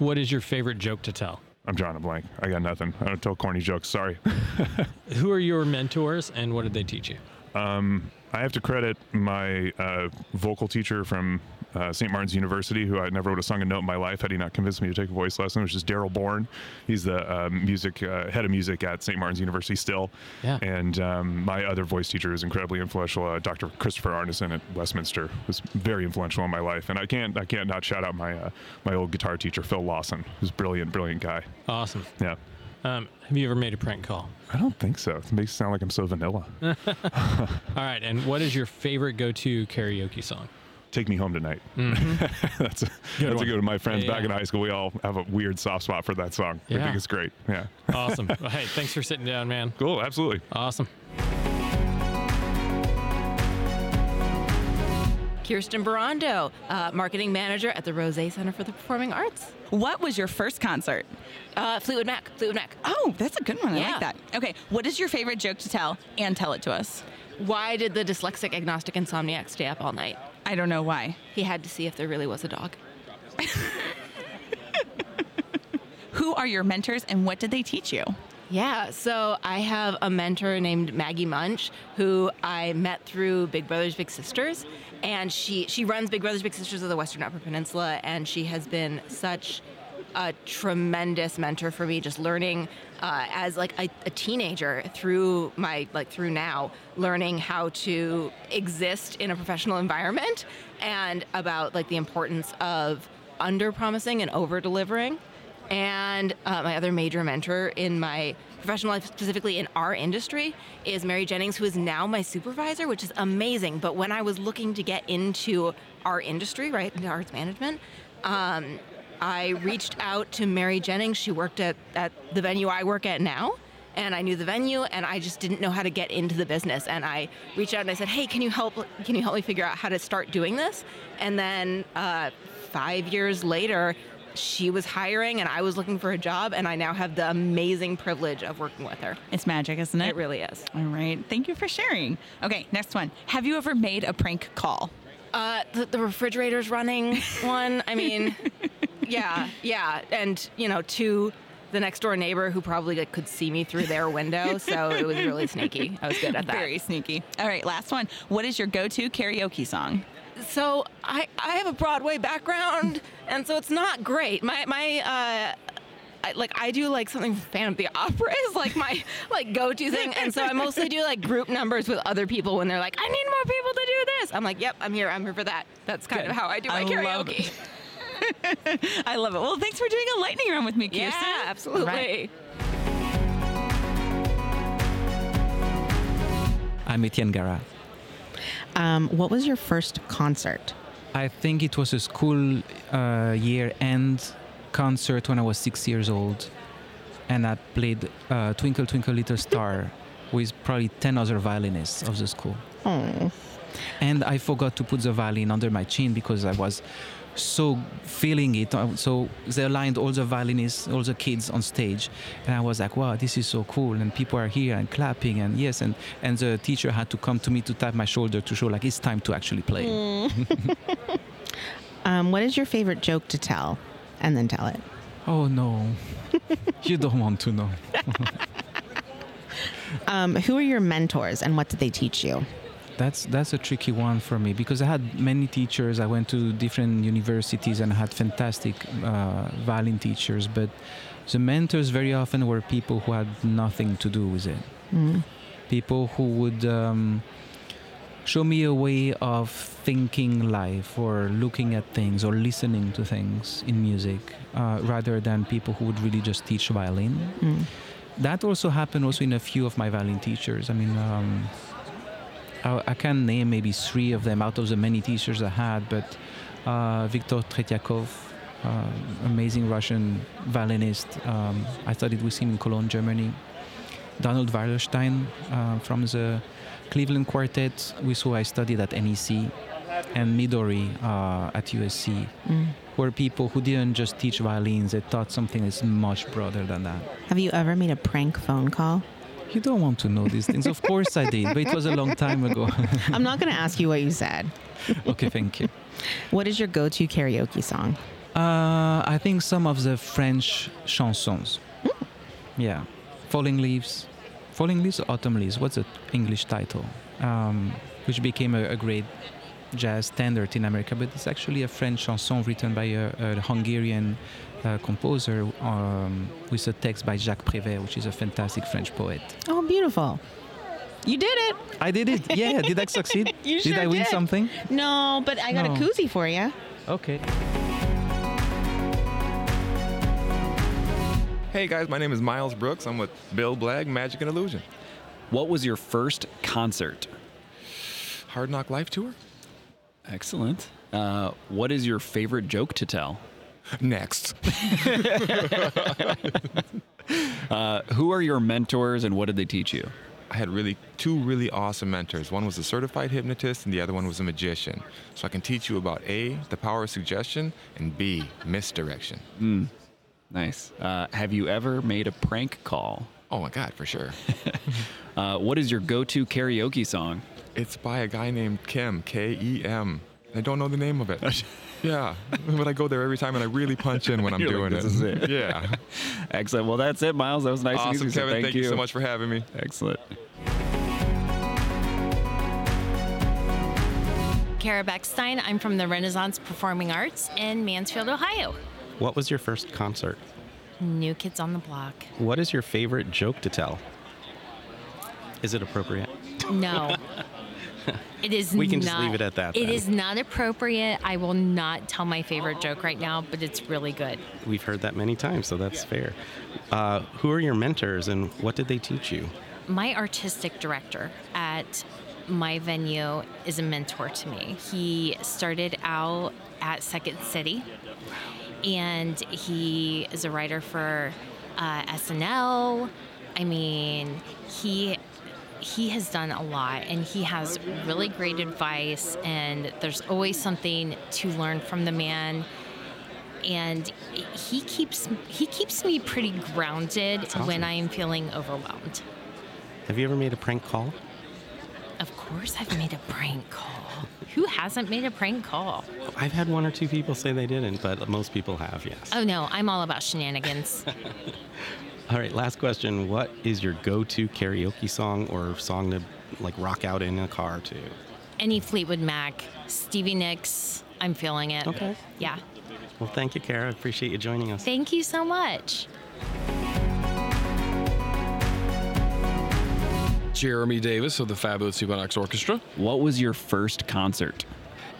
S9: What is your favorite joke to tell?
S27: I'm drawing a blank. I got nothing. I don't tell corny jokes. Sorry.
S9: Who are your mentors and what did they teach you?
S27: Um, I have to credit my uh, vocal teacher from uh, St. Martin's University, who I never would have sung a note in my life had he not convinced me to take a voice lesson, which is Daryl Bourne. He's the uh, music uh, head of music at St. Martin's University still.
S9: Yeah.
S27: And um, my other voice teacher is incredibly influential, uh, Dr. Christopher Arneson at Westminster, was very influential in my life. And I can't I can't not shout out my uh, my old guitar teacher Phil Lawson, who's a brilliant brilliant guy.
S9: Awesome.
S27: Yeah.
S9: Um, have you ever made a prank call?
S27: I don't think so. It makes it sound like I'm so vanilla.
S9: All right. And what is your favorite go to karaoke song? Mm-hmm.
S27: Take me home tonight. that's a
S9: Good
S27: that's
S9: one.
S27: a good one. My friends
S9: Yeah,
S27: back
S9: yeah.
S27: in high school, we all have a weird soft spot for that song. We
S9: Yeah.
S27: think it's great. Yeah.
S9: Awesome. Well, hey, thanks for sitting down, man.
S27: Cool. Absolutely.
S9: Awesome.
S22: Kirsten Barando, uh, marketing manager at the Rose Center for the Performing Arts.
S25: What was your first concert?
S22: Uh, Fleetwood Mac. Fleetwood Mac.
S25: Oh, that's a good one. I
S22: Yeah.
S25: like that. Okay. What is your favorite joke to tell and tell it to us?
S22: Why did the dyslexic, agnostic, insomniac stay up all night?
S25: I don't know why.
S22: He had to see if there really was a dog.
S25: Who are your mentors and what did they teach you?
S22: Yeah, so I have a mentor named Maggie Munch who I met through Big Brothers Big Sisters and she she runs Big Brothers Big Sisters of the Western Upper Peninsula and she has been such a tremendous mentor for me just learning uh, as like a, a teenager through my like through now learning how to exist in a professional environment and about like the importance of under promising and over delivering and uh, my other major mentor in my professional life, specifically in our industry, is Mary Jennings, who is now my supervisor, which is amazing. But when I was looking to get into our industry, right, into arts management, um, I reached out to Mary Jennings. She worked at, at the venue I work at now. and I knew the venue and I just didn't know how to get into the business. And I reached out and I said, "Hey, can you help? Can you help me figure out how to start doing this?" And then uh, five years later. She was hiring and I was looking for a job, and I now have the amazing privilege of working with her.
S2: It's magic, isn't it?
S22: It really is.
S2: All right. Thank you for sharing. Okay, next one. Have you ever made a prank call?
S22: Uh, the, the refrigerator's running one. I mean, yeah, yeah, and you know, to the next door neighbor who probably like, could see me through their window, so it was really sneaky. I was good at that.
S2: Very sneaky. All right, last one. What is your go-to karaoke song?
S22: So I, I have a Broadway background, and so it's not great. My my uh, I, like I do like something from Phantom of the Opera is like my like go-to thing, and so I mostly do like group numbers with other people when they're like, I need more people to do this. I'm like, yep, I'm here, I'm here for that. That's kind
S2: Good.
S22: of how I do my
S2: I love
S22: karaoke.
S2: I love it. Well, thanks for doing a lightning round with me, Kirsten.
S22: Yeah, absolutely.
S2: All right.
S4: I'm Etienne Gara.
S1: Um, what was your first concert?
S4: I think it was a school uh, year end concert when I was six years old, and I played uh, "Twinkle Twinkle Little Star" with probably ten other violinists of the school.
S1: Oh.
S4: And I forgot to put the violin under my chin because I was so feeling it. I- So they aligned all the violinists, all the kids on stage, and I was like, "Wow, this is so cool!" And people are here and clapping, and yes, and and the teacher had to come to me to tap my shoulder to show like it's time to actually play.
S1: Mm. um, what is your favorite joke to tell? And then tell it.
S4: Oh no. you don't want to know.
S1: Um, who are your mentors and what did they teach you?
S4: That's that's a tricky one for me because I had many teachers. I went to different universities and had fantastic uh, violin teachers, but the mentors very often were people who had nothing to do with it.
S1: Mm.
S4: People who would um, show me a way of thinking life or looking at things or listening to things in music, uh, rather than people who would really just teach violin
S1: Mm.
S4: that also happened also in a few of my violin teachers. I mean, um, I, I can name maybe three of them out of the many teachers I had, but uh, Viktor Tretiakov, uh, amazing Russian violinist. Um, I studied with him in Cologne, Germany. Donald Weilerstein uh, from the Cleveland Quartet, with who I studied at NEC, and Midori uh, at USC,
S1: Mm.
S4: were people who didn't just teach violins, they taught something that's much broader than that.
S1: Have you ever made a prank phone call?
S4: You don't want to know these things. Of course I did, but it was a long time ago.
S1: I'm not going to ask you what you said.
S4: okay, thank you.
S1: What is your go to karaoke song?
S4: Uh, I think some of the French chansons. Yeah. Falling Leaves. Falling Leaves or Autumn Leaves? What's the English title? Um, which became a, a great jazz standard in America, but it's actually a French chanson written by a, a Hungarian uh, composer um, with a text by Jacques Prévert, which is a fantastic French poet.
S1: Oh, beautiful. You did it.
S4: I did it. Yeah, did I succeed?
S1: You
S4: did
S1: sure
S4: I win
S1: did.
S4: something?
S1: No, but I got a
S4: No.
S1: koozie for you.
S4: Okay.
S10: Hey guys, my name is Miles Brooks. I'm with Bill Blagg, Magic and Illusion.
S5: What was your first concert?
S10: Hard Knock Life Tour.
S5: Excellent. Uh, what is your favorite joke to tell?
S10: Next.
S5: uh, who are your mentors and what did they teach you?
S10: I had really two really awesome mentors. One was a certified hypnotist, and the other one was a magician. So I can teach you about A, the power of suggestion, and B, misdirection.
S5: Mm, nice. Uh, have you ever made a prank call?
S10: Oh my God, for sure.
S5: uh, what is your go to karaoke song?
S10: It's by a guy named Kim, K E M. I don't know the name of it. yeah, but I go there every time, and I really punch in when I'm
S5: You're
S10: doing
S5: like,
S10: it.
S5: "This is it."
S10: Yeah.
S5: Excellent. Well, that's it, Miles. That was nice and
S10: awesome,
S5: easy. so
S10: Kevin.
S5: thank,
S10: you so much for having me.
S5: Excellent.
S28: Kara Beckstein. I'm from the Renaissance Performing Arts in Mansfield, Ohio.
S7: What was your first concert?
S28: New Kids on the Block.
S7: What is your favorite joke to tell? Is it appropriate?
S28: No. It is
S7: We can
S28: not,
S7: just leave it at that
S28: It
S7: then.
S28: is not appropriate. I will not tell my favorite joke right now, but it's really good.
S7: We've heard that many times, so that's fair. Uh, who are your mentors and what did they teach you?
S28: My artistic director at my venue is a mentor to me. He started out at Second City, and he is a writer for uh, SNL. I mean, he he has done a lot and he has really great advice and there's always something to learn from the man and he keeps he keeps me pretty grounded
S7: awesome.
S28: when I am feeling overwhelmed.
S7: Have you ever made a prank call?
S28: Of course I've made a prank call. Who hasn't made a prank call?
S7: I've had one or two people say they didn't, but most people have, yes.
S28: Oh no, I'm all about shenanigans.
S7: All right, last question. What is your go-to karaoke song or song to like rock out in a car to?
S28: Any Fleetwood Mac, Stevie Nicks, I'm feeling it.
S7: Okay.
S28: Yeah.
S7: Well, thank you, Kara. Appreciate you joining us.
S28: Thank you so much.
S29: Jeremy Davis of the Fabulous Ebonics Orchestra.
S5: What was your first concert?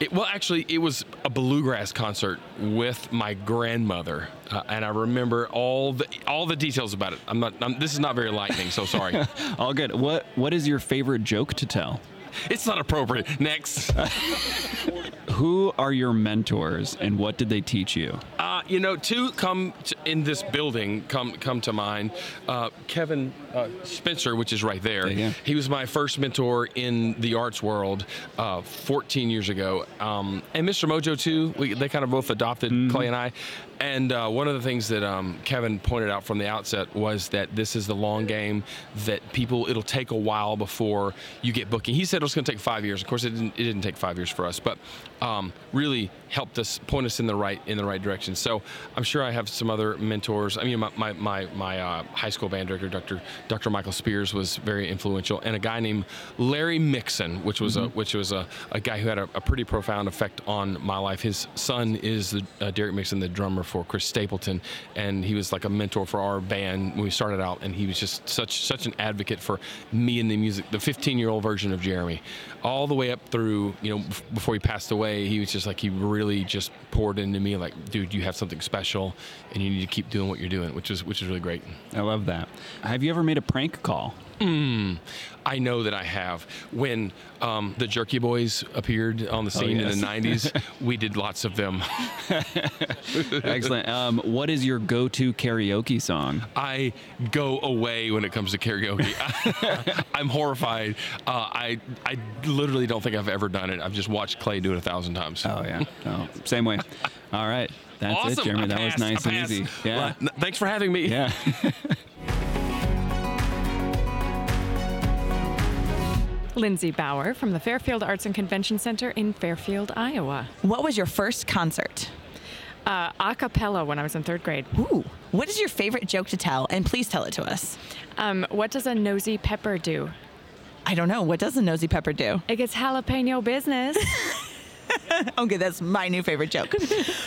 S29: It, well, actually, it was a bluegrass concert with my grandmother, uh, and I remember all the all the details about it. I'm not. I'm, this is not very enlightening, so sorry.
S5: All good. What What is your favorite joke to tell?
S29: it's not appropriate. Next.
S5: Who are your mentors, and what did they teach you?
S29: Uh, you know, two come t in this building come come to mind. Uh, Kevin uh, Spencer, which is right there. He was my first mentor in the arts world uh, 14 years ago, um, and Mr. Mojo too. We, they kind of both adopted Clay and I. And uh, one of the things that um, Kevin pointed out from the outset was that this is the long game. That people, it'll take a while before you get booking. He said it was going to take five years. Of course, it didn't. It didn't take five years for us, but um, really helped us point us in the right in the right direction. So I'm sure I have some other mentors. I mean, my my my, my uh, high school band director, Dr. Dr. Michael Spears, was very influential, and a guy named Larry Mixon, which was a
S5: Mhm.
S29: which was a, a guy who had a, a pretty profound effect on my life. His son is the, uh, Derek Mixon, the drummer for Chris Stapleton, and he was like a mentor for our band when we started out. And he was just such such an advocate for me and the music, the 15 year old version of Jeremy, all the way up through you know bef- before he passed away. He was just like he really just poured into me, like dude, you have something special, and you need to keep doing what you're doing, which is which is really great.
S5: I love that. Have you ever made a prank call?
S29: Mm, I know that I have. When um, the Jerky Boys appeared on the
S5: Oh,
S29: scene
S5: yes.
S29: in the 90s, we did lots of them.
S5: Excellent. Um, what is your go-to karaoke song?
S29: I go away when it comes to karaoke. I'm horrified. Uh, I I literally don't think I've ever done it. I've just watched Clay do it a thousand times.
S5: Oh yeah. Oh, same way. All right. That's it,
S29: Awesome.
S5: Jeremy.
S29: I
S5: that was
S29: passed. I
S5: nice and
S29: passed.
S5: easy. Yeah.
S29: Well, thanks for having me.
S5: Yeah.
S12: Lindsay Bauer from the Fairfield Arts and Convention Center in Fairfield, Iowa.
S2: What was your first concert?
S12: Uh, a cappella when I was in third grade.
S2: Ooh. What is your favorite joke to tell? And please tell it to us.
S12: Um, what does a nosy pepper do?
S2: I don't know. What does a nosy pepper do?
S12: It gets jalapeno business.
S2: okay, that's my new favorite joke.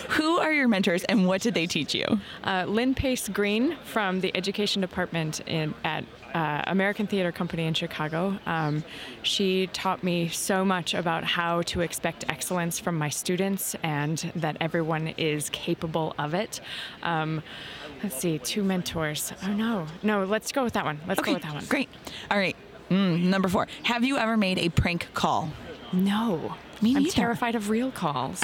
S2: Who are your mentors and what did they teach you?
S12: Uh, Lynn Pace Green from the Education Department in, at uh, American Theater Company in Chicago. Um, she taught me so much about how to expect excellence from my students and that everyone is capable of it. Um, let's see, two mentors. Oh no, no, let's go with that one. Let's go with that one.
S2: Great. All right. Mm, number four. Have you ever made a prank call?
S12: No.
S2: Me
S12: I'm
S2: neither.
S12: terrified of real calls.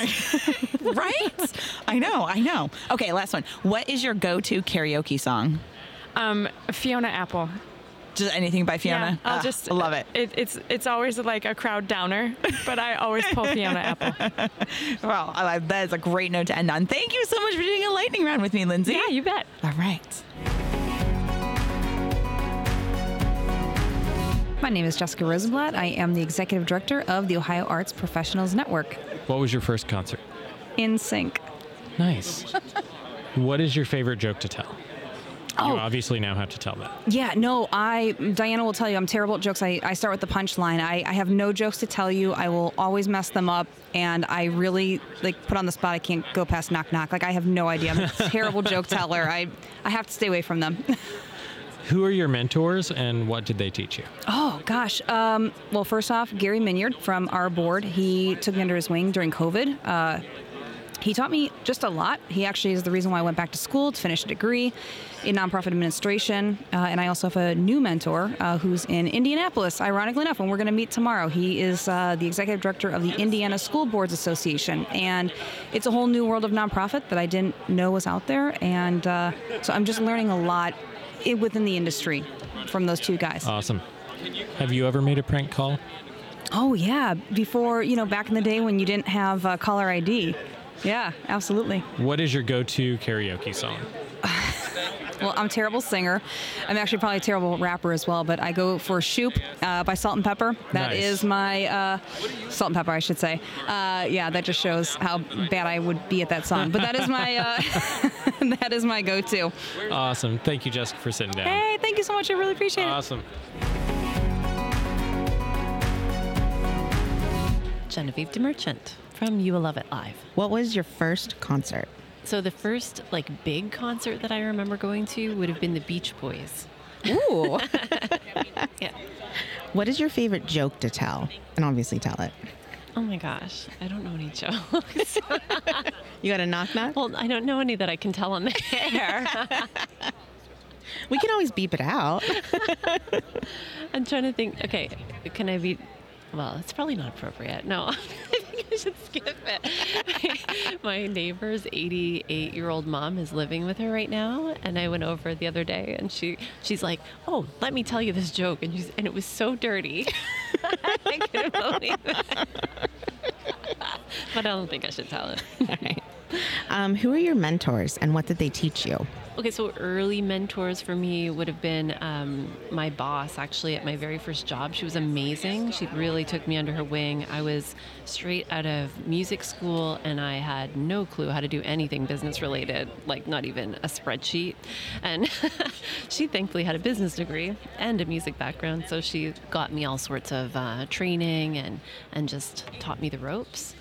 S2: right? I know. I know. Okay, last one. What is your go-to karaoke song?
S12: Um, Fiona Apple.
S2: Just anything by
S12: Yeah,
S2: Fiona.
S12: I'll
S2: Ah,
S12: just
S2: love it.
S12: It's it's always like a crowd downer, but I always pull Fiona Apple. uh,
S2: Well, I love- that is a great note to end on. Thank you so much for doing a lightning round with me, Lindsay. Yeah,
S12: you bet.
S2: All right.
S30: My name is Jessica Rosenblatt. I am the executive director of the Ohio Arts Professionals Network.
S9: What was your first concert?
S30: In sync.
S9: Nice. what is your favorite joke to tell?
S30: Oh.
S9: You obviously now have to tell that.
S30: Yeah, no, I Diana will tell you I'm terrible at jokes. I, I start with the punchline. I, I have no jokes to tell you. I will always mess them up and I really like put on the spot I can't go past knock knock. Like I have no idea. I'm a terrible joke teller. I I have to stay away from them.
S9: Who are your mentors and what did they teach you?
S30: Oh gosh. Um, well, first off, Gary Minyard from our board, he took me under his wing during COVID. Uh, he taught me just a lot. He actually is the reason why I went back to school to finish a degree in nonprofit administration. Uh, and I also have a new mentor uh, who's in Indianapolis, ironically enough, and we're going to meet tomorrow. He is uh, the executive director of the Indiana School Boards Association. And it's a whole new world of nonprofit that I didn't know was out there. And uh, so I'm just learning a lot i- within the industry from those two guys.
S9: Awesome. Have you ever made a prank call?
S30: Oh yeah, before you know, back in the day when you didn't have uh, caller ID. Yeah, absolutely.
S9: What is your go-to karaoke song?
S30: Well, I'm a terrible singer. I'm actually probably a terrible rapper as well, but I go for Shoop uh, by Salt and Pepper. That
S31: Nice.
S30: is my uh, Salt and Pepper, I should say. Uh, yeah, that just shows how bad I would be at that song. But that is my uh, that is my go-to.
S9: Awesome. Thank you, Jessica, for sitting down.
S30: Hey, thank you so much. I really appreciate it.
S9: Awesome.
S31: Genevieve DeMerchant from You Will Love It Live.
S1: What was your first concert?
S31: So the first like big concert that I remember going to would have been the Beach Boys.
S1: Ooh.
S31: yeah.
S1: What is your favorite joke to tell? And obviously tell it.
S31: Oh my gosh, I don't know any jokes.
S1: You got a knock knock?
S31: well, I don't know any that I can tell on the air.
S1: We can always beep it out.
S31: I'm trying to think. Okay, can I be? Well, it's probably not appropriate. No, I think I should skip it. My, my neighbor's 88 year old mom is living with her right now, and I went over the other day, and she she's like, "Oh, let me tell you this joke," and she's, and it was so dirty. I couldn't believe it. but I don't think I should tell it.
S1: Um, who are your mentors and what did they teach you?
S31: Okay, so early mentors for me would have been um, my boss, actually, at my very first job. She was amazing. She really took me under her wing. I was straight out of music school and I had no clue how to do anything business related, like not even a spreadsheet. And she thankfully had a business degree and a music background, so she got me all sorts of uh, training and, and just taught me the ropes.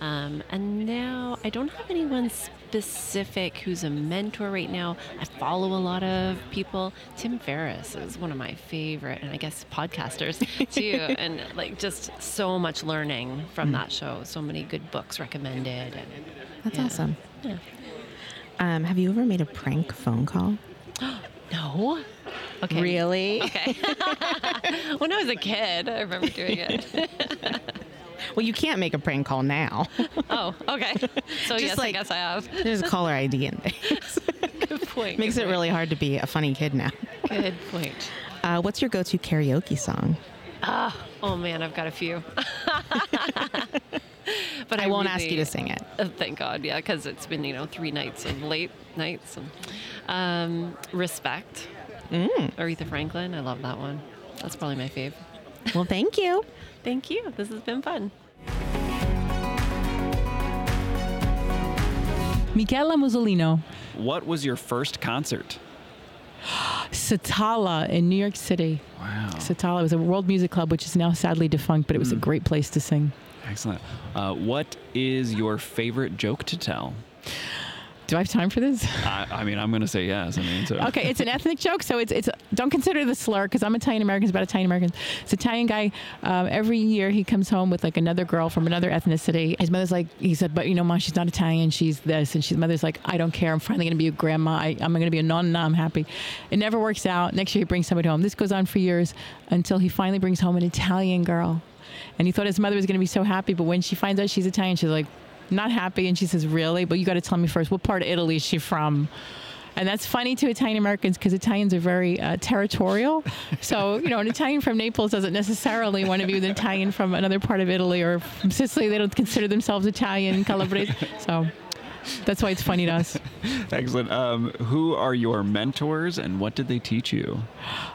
S31: Um, and now I don't have anyone specific who's a mentor right now. I follow a lot of people. Tim Ferriss is one of my favorite, and I guess podcasters too. and like just so much learning from
S1: Hmm.
S31: that show. So many good books recommended. And
S1: That's
S31: yeah.
S1: awesome.
S31: Yeah.
S1: Um, have you ever made a prank phone call?
S31: no. Okay.
S1: Really?
S31: Okay. when I was a kid, I remember doing it.
S1: Well, you can't make a prank call now.
S31: oh, okay. So yes, I guess I have.
S1: There's caller ID in there.
S31: good point.
S1: Makes it really hard to be a funny kid now.
S31: Good point.
S1: Uh, what's your go-to karaoke song?
S31: Ah, oh man, I've got a few. but I,
S1: I won't
S31: really-
S1: ask you to sing it.
S31: Uh, thank God, yeah, because it's been you know three nights and late nights. And, um, respect,
S1: Mm.
S31: Aretha Franklin. I love that one. That's probably my fave.
S1: Well, thank you.
S31: Thank you. This has been fun.
S32: Michela Musolino.
S5: What was your first concert?
S32: Satala in New York City. Wow. Satala was a world music club, which is now sadly defunct, but it was a great place to sing.
S5: Excellent. Uh, what is your favorite joke to tell?
S32: Do I have time for this?
S5: I, I mean, I'm going to say yes. I mean, so.
S32: okay, it's an ethnic joke, so it's it's don't consider the slur because I'm Italian American. It's about Italian Americans. It's Italian guy. Um, every year he comes home with like another girl from another ethnicity. His mother's like, he said, but you know, mom, she's not Italian. She's this, and his mother's like, I don't care. I'm finally gonna be a grandma. I, I'm gonna be a nonna. I'm happy. It never works out. Next year he brings somebody home. This goes on for years until he finally brings home an Italian girl, and he thought his mother was gonna be so happy, but when she finds out she's Italian, she's like. Not happy, and she says, "Really? But you got to tell me first. What part of Italy is she from?" And that's funny to Italian Americans because Italians are very uh, territorial. So, you know, an Italian from Naples doesn't necessarily want to be with an Italian from another part of Italy or from Sicily. They don't consider themselves Italian, Calabrese. So that's why it's funny to us.
S5: Excellent. Um, who are your mentors and what did they teach you?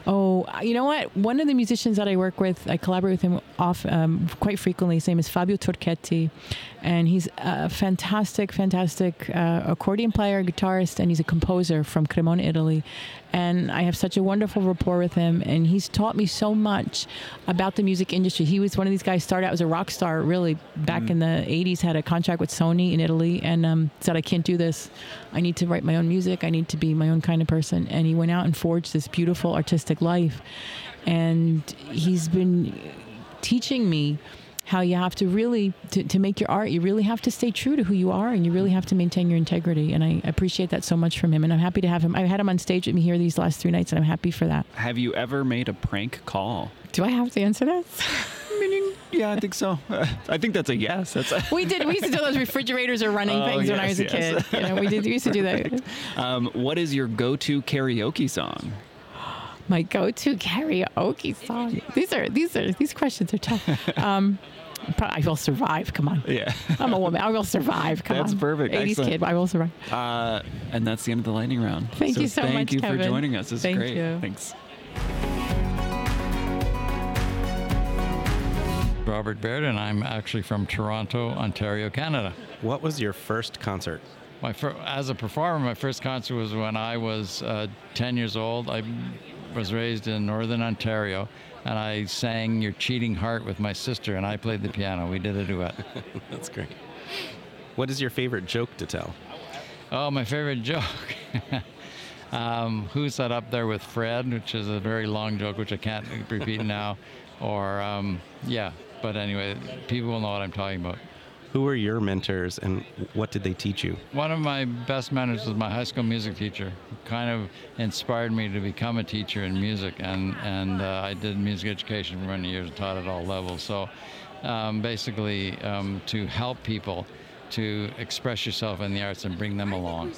S32: Oh, you know what? One of the musicians that I work with, I collaborate with him off um, quite frequently. His name is Fabio Turchetti, and he's a fantastic, fantastic uh, accordion player, guitarist, and he's a composer from Cremona, Italy. And I have such a wonderful rapport with him, and he's taught me so much about the music industry. He was one of these guys started out as a rock star, really back in the '80s. Had a contract with Sony in Italy, and um, said, "I can't do this. I need to write my own music. I need to be my own kind of person." And he went out and forged this beautiful artistic life, and he's been teaching me how you have to really to, to make your art you really have to stay true to who you are and you really have to maintain your integrity and i appreciate that so much from him and i'm happy to have him i had him on stage with me here these last three nights and i'm happy for that
S5: Have you ever made a prank call?
S32: do i have to answer that
S5: yeah, I think so. I think that's a yes. That's a
S32: we did we used to do those refrigerators are running
S5: Oh,
S32: things when i
S5: yes,
S32: was a
S5: yes.
S32: kid you know we did we used to do that
S5: Um, what is your go-to karaoke song?
S32: my go-to karaoke song. These are these are these questions are tough. Um, pro- I will survive. Come on.
S5: Yeah.
S32: I'm a woman. I will survive. Oh, Come
S5: That's
S32: on.
S5: perfect.
S32: 80s
S5: Excellent.
S32: kid. I will survive.
S5: Uh, and that's the end of the lightning round.
S32: Thank you so
S5: thank
S32: much,
S5: you for
S32: Kevin.
S5: joining us. This
S32: Thank
S5: is great.
S32: you.
S5: Thanks.
S24: Robert Baird, and I'm actually from Toronto, Ontario, Canada. What was your first concert? My fir- as a performer, my first concert was when I was uh, 10 years old. I was raised in Northern Ontario, and I sang "Your Cheating Heart" with my sister, and I played the piano. We did a duet.
S7: That's great. What is your favorite joke to tell?
S24: Oh, my favorite joke. um, who's that up there with Fred, which is a very long joke, which I can't repeat now. Or, um, yeah, but anyway, people will know what I'm talking about.
S7: Who were your mentors and what did they teach you?
S24: One of my best mentors was my high school music teacher, who kind of inspired me to become a teacher in music. And, and uh, I did music education for many years, taught at all levels. So um, basically, um, to help people to express yourself in the arts and bring them along.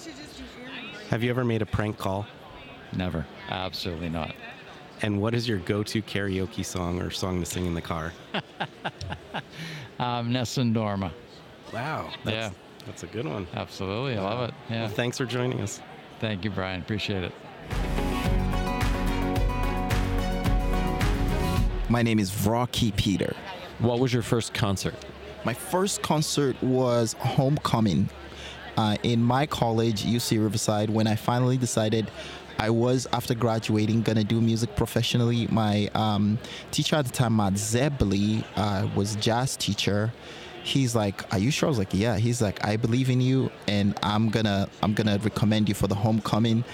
S7: Have you ever made a prank call?
S24: Never. Absolutely not.
S7: And what is your go to karaoke song or song to sing in the car?
S24: Um, Ness and Dorma.
S7: Wow.
S24: Yeah.
S7: That's a good one.
S24: Absolutely. I love it. Yeah.
S7: thanks for joining us.
S24: Thank you, Brian. Appreciate it.
S33: My name is Rocky Peter.
S18: What was your first concert?
S33: My first concert was Homecoming uh, in my college, UC Riverside, when I finally decided I was, after graduating, going to do music professionally. My um, teacher at the time, Matt Zebli, uh, was jazz teacher. He's like, "Are you sure?" I was like, "Yeah." He's like, "I believe in you, and I'm gonna, I'm gonna recommend you for the homecoming."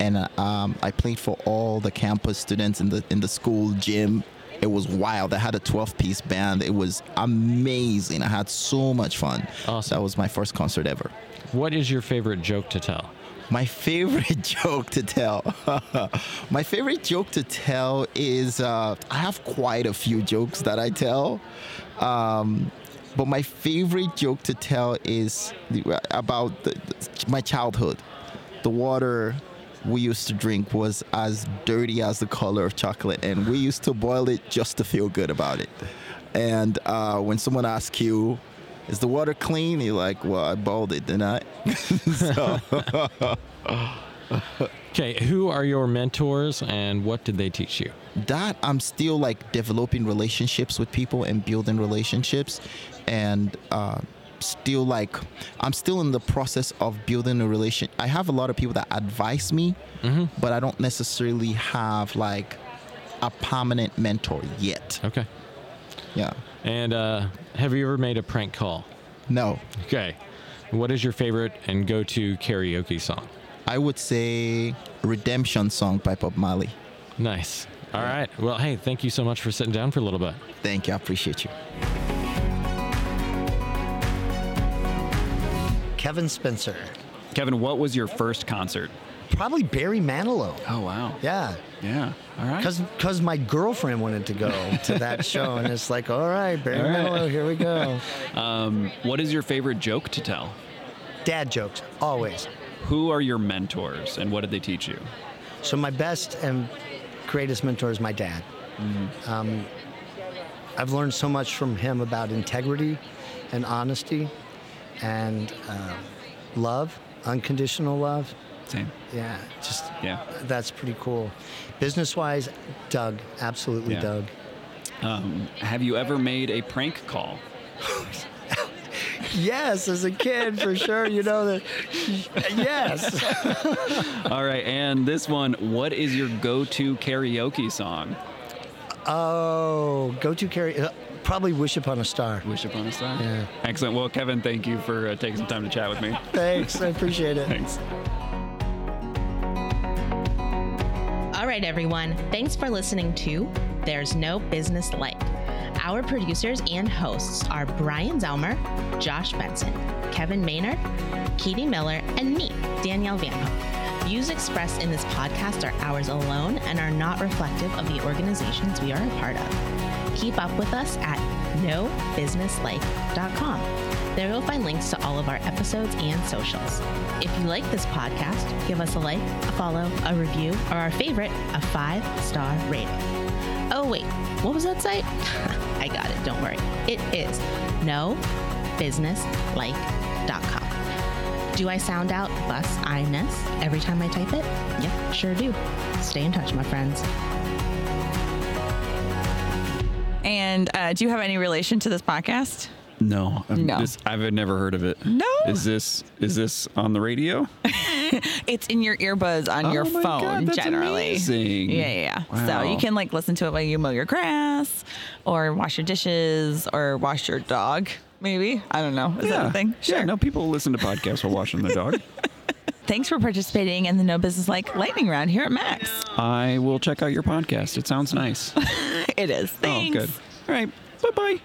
S33: And uh, um, I played for all the campus students in the in the school gym it was wild. I had a 12 piece band. It was amazing. I had so much fun. Awesome. That was my first concert ever.
S18: What is your favorite joke to tell?
S33: My favorite joke to tell. my favorite joke to tell is uh, I have quite a few jokes that I tell. Um, but my favorite joke to tell is the- about the, the- my childhood. The water we used to drink was as dirty as the color of chocolate, and we used to boil it just to feel good about it. And uh, when someone asks you, "Is the water clean?" You're like, "Well, I boiled it, didn't I?" so,
S18: Okay, who are your mentors and what did they teach you?
S33: that I'm still like developing relationships with people and building relationships, and uh, still like I'm still in the process of building a relation. I have a lot of people that advise me,
S18: Mm-hmm.
S33: but I don't necessarily have like a permanent mentor yet.
S18: Okay.
S33: Yeah.
S18: And uh, have you ever made a prank call?
S33: No.
S18: Okay. What is your favorite and go to karaoke song?
S33: I would say Redemption Song by Bob Marley.
S18: Nice. All right. Well, hey, thank you so much for sitting down for a little bit.
S33: Thank you. I appreciate you.
S34: Kevin Spencer.
S5: Kevin, what was your first concert?
S34: Probably Barry Manilow.
S5: Oh wow.
S34: Yeah.
S5: Yeah. All right.
S34: Cause, cause my girlfriend wanted to go to that show, and it's like, all right, Barry
S5: All right.
S34: Manilow, here we go.
S5: Um, what is your favorite joke to tell?
S34: Dad jokes, always.
S5: Who are your mentors and what did they teach you?
S34: So my best and greatest mentor is my dad.
S5: Mm-hmm.
S34: Um, I've learned so much from him about integrity and honesty and um, love, unconditional love.
S5: Same.
S34: Yeah, just
S5: yeah.
S34: That's pretty cool. Business wise, Doug, absolutely
S5: Yeah.
S34: Doug.
S5: Um, have you ever made a prank call?
S34: Yes, as a kid, for sure. You know that. Yes.
S5: All right, and this one, what is your go-to karaoke song?
S34: Oh, go to carry. Uh, probably wish upon a star.
S5: Wish upon a star.
S34: Yeah.
S5: Excellent. Well, Kevin, thank you for uh, taking some time to chat with me.
S34: Thanks. I appreciate it.
S5: Thanks.
S1: All right, everyone. Thanks for listening to There's No Business Like. Our producers and hosts are Brian Zelmer, Josh Benson, Kevin Maynard, Katie Miller, and me, Danielle Van Hook. Views expressed in this podcast are ours alone and are not reflective of the organizations we are a part of. Keep up with us at nobusinesslife.com. There you'll find links to all of our episodes and socials. If you like this podcast, give us a like, a follow, a review, or our favorite, a five star rating. Oh, wait, what was that site? I got it, don't worry. It is nobusinesslike.com. Do I sound out bus I ness every time I type it? Yep, sure do. Stay in touch, my friends.
S2: And uh, do you have any relation to this podcast?
S5: No, I've,
S2: No.
S5: This, I've never heard of it.
S2: No?
S5: is this is this on the radio?
S2: it's in your earbuds on
S5: Oh
S2: your
S5: my
S2: phone
S5: God, that's
S2: generally.
S5: amazing.
S2: Yeah, yeah. yeah. So
S5: Wow.
S2: you can like listen to it while you mow your grass or wash your dishes or wash your dog, maybe. I don't know. Is that a thing?
S5: Yeah, no, people listen to podcasts while watching their dog.
S2: Thanks for participating in the No Business Like Lightning Round here at Max.
S5: I will check out your podcast. It sounds nice.
S2: it is. Thanks.
S5: Oh, good. All right. Bye bye.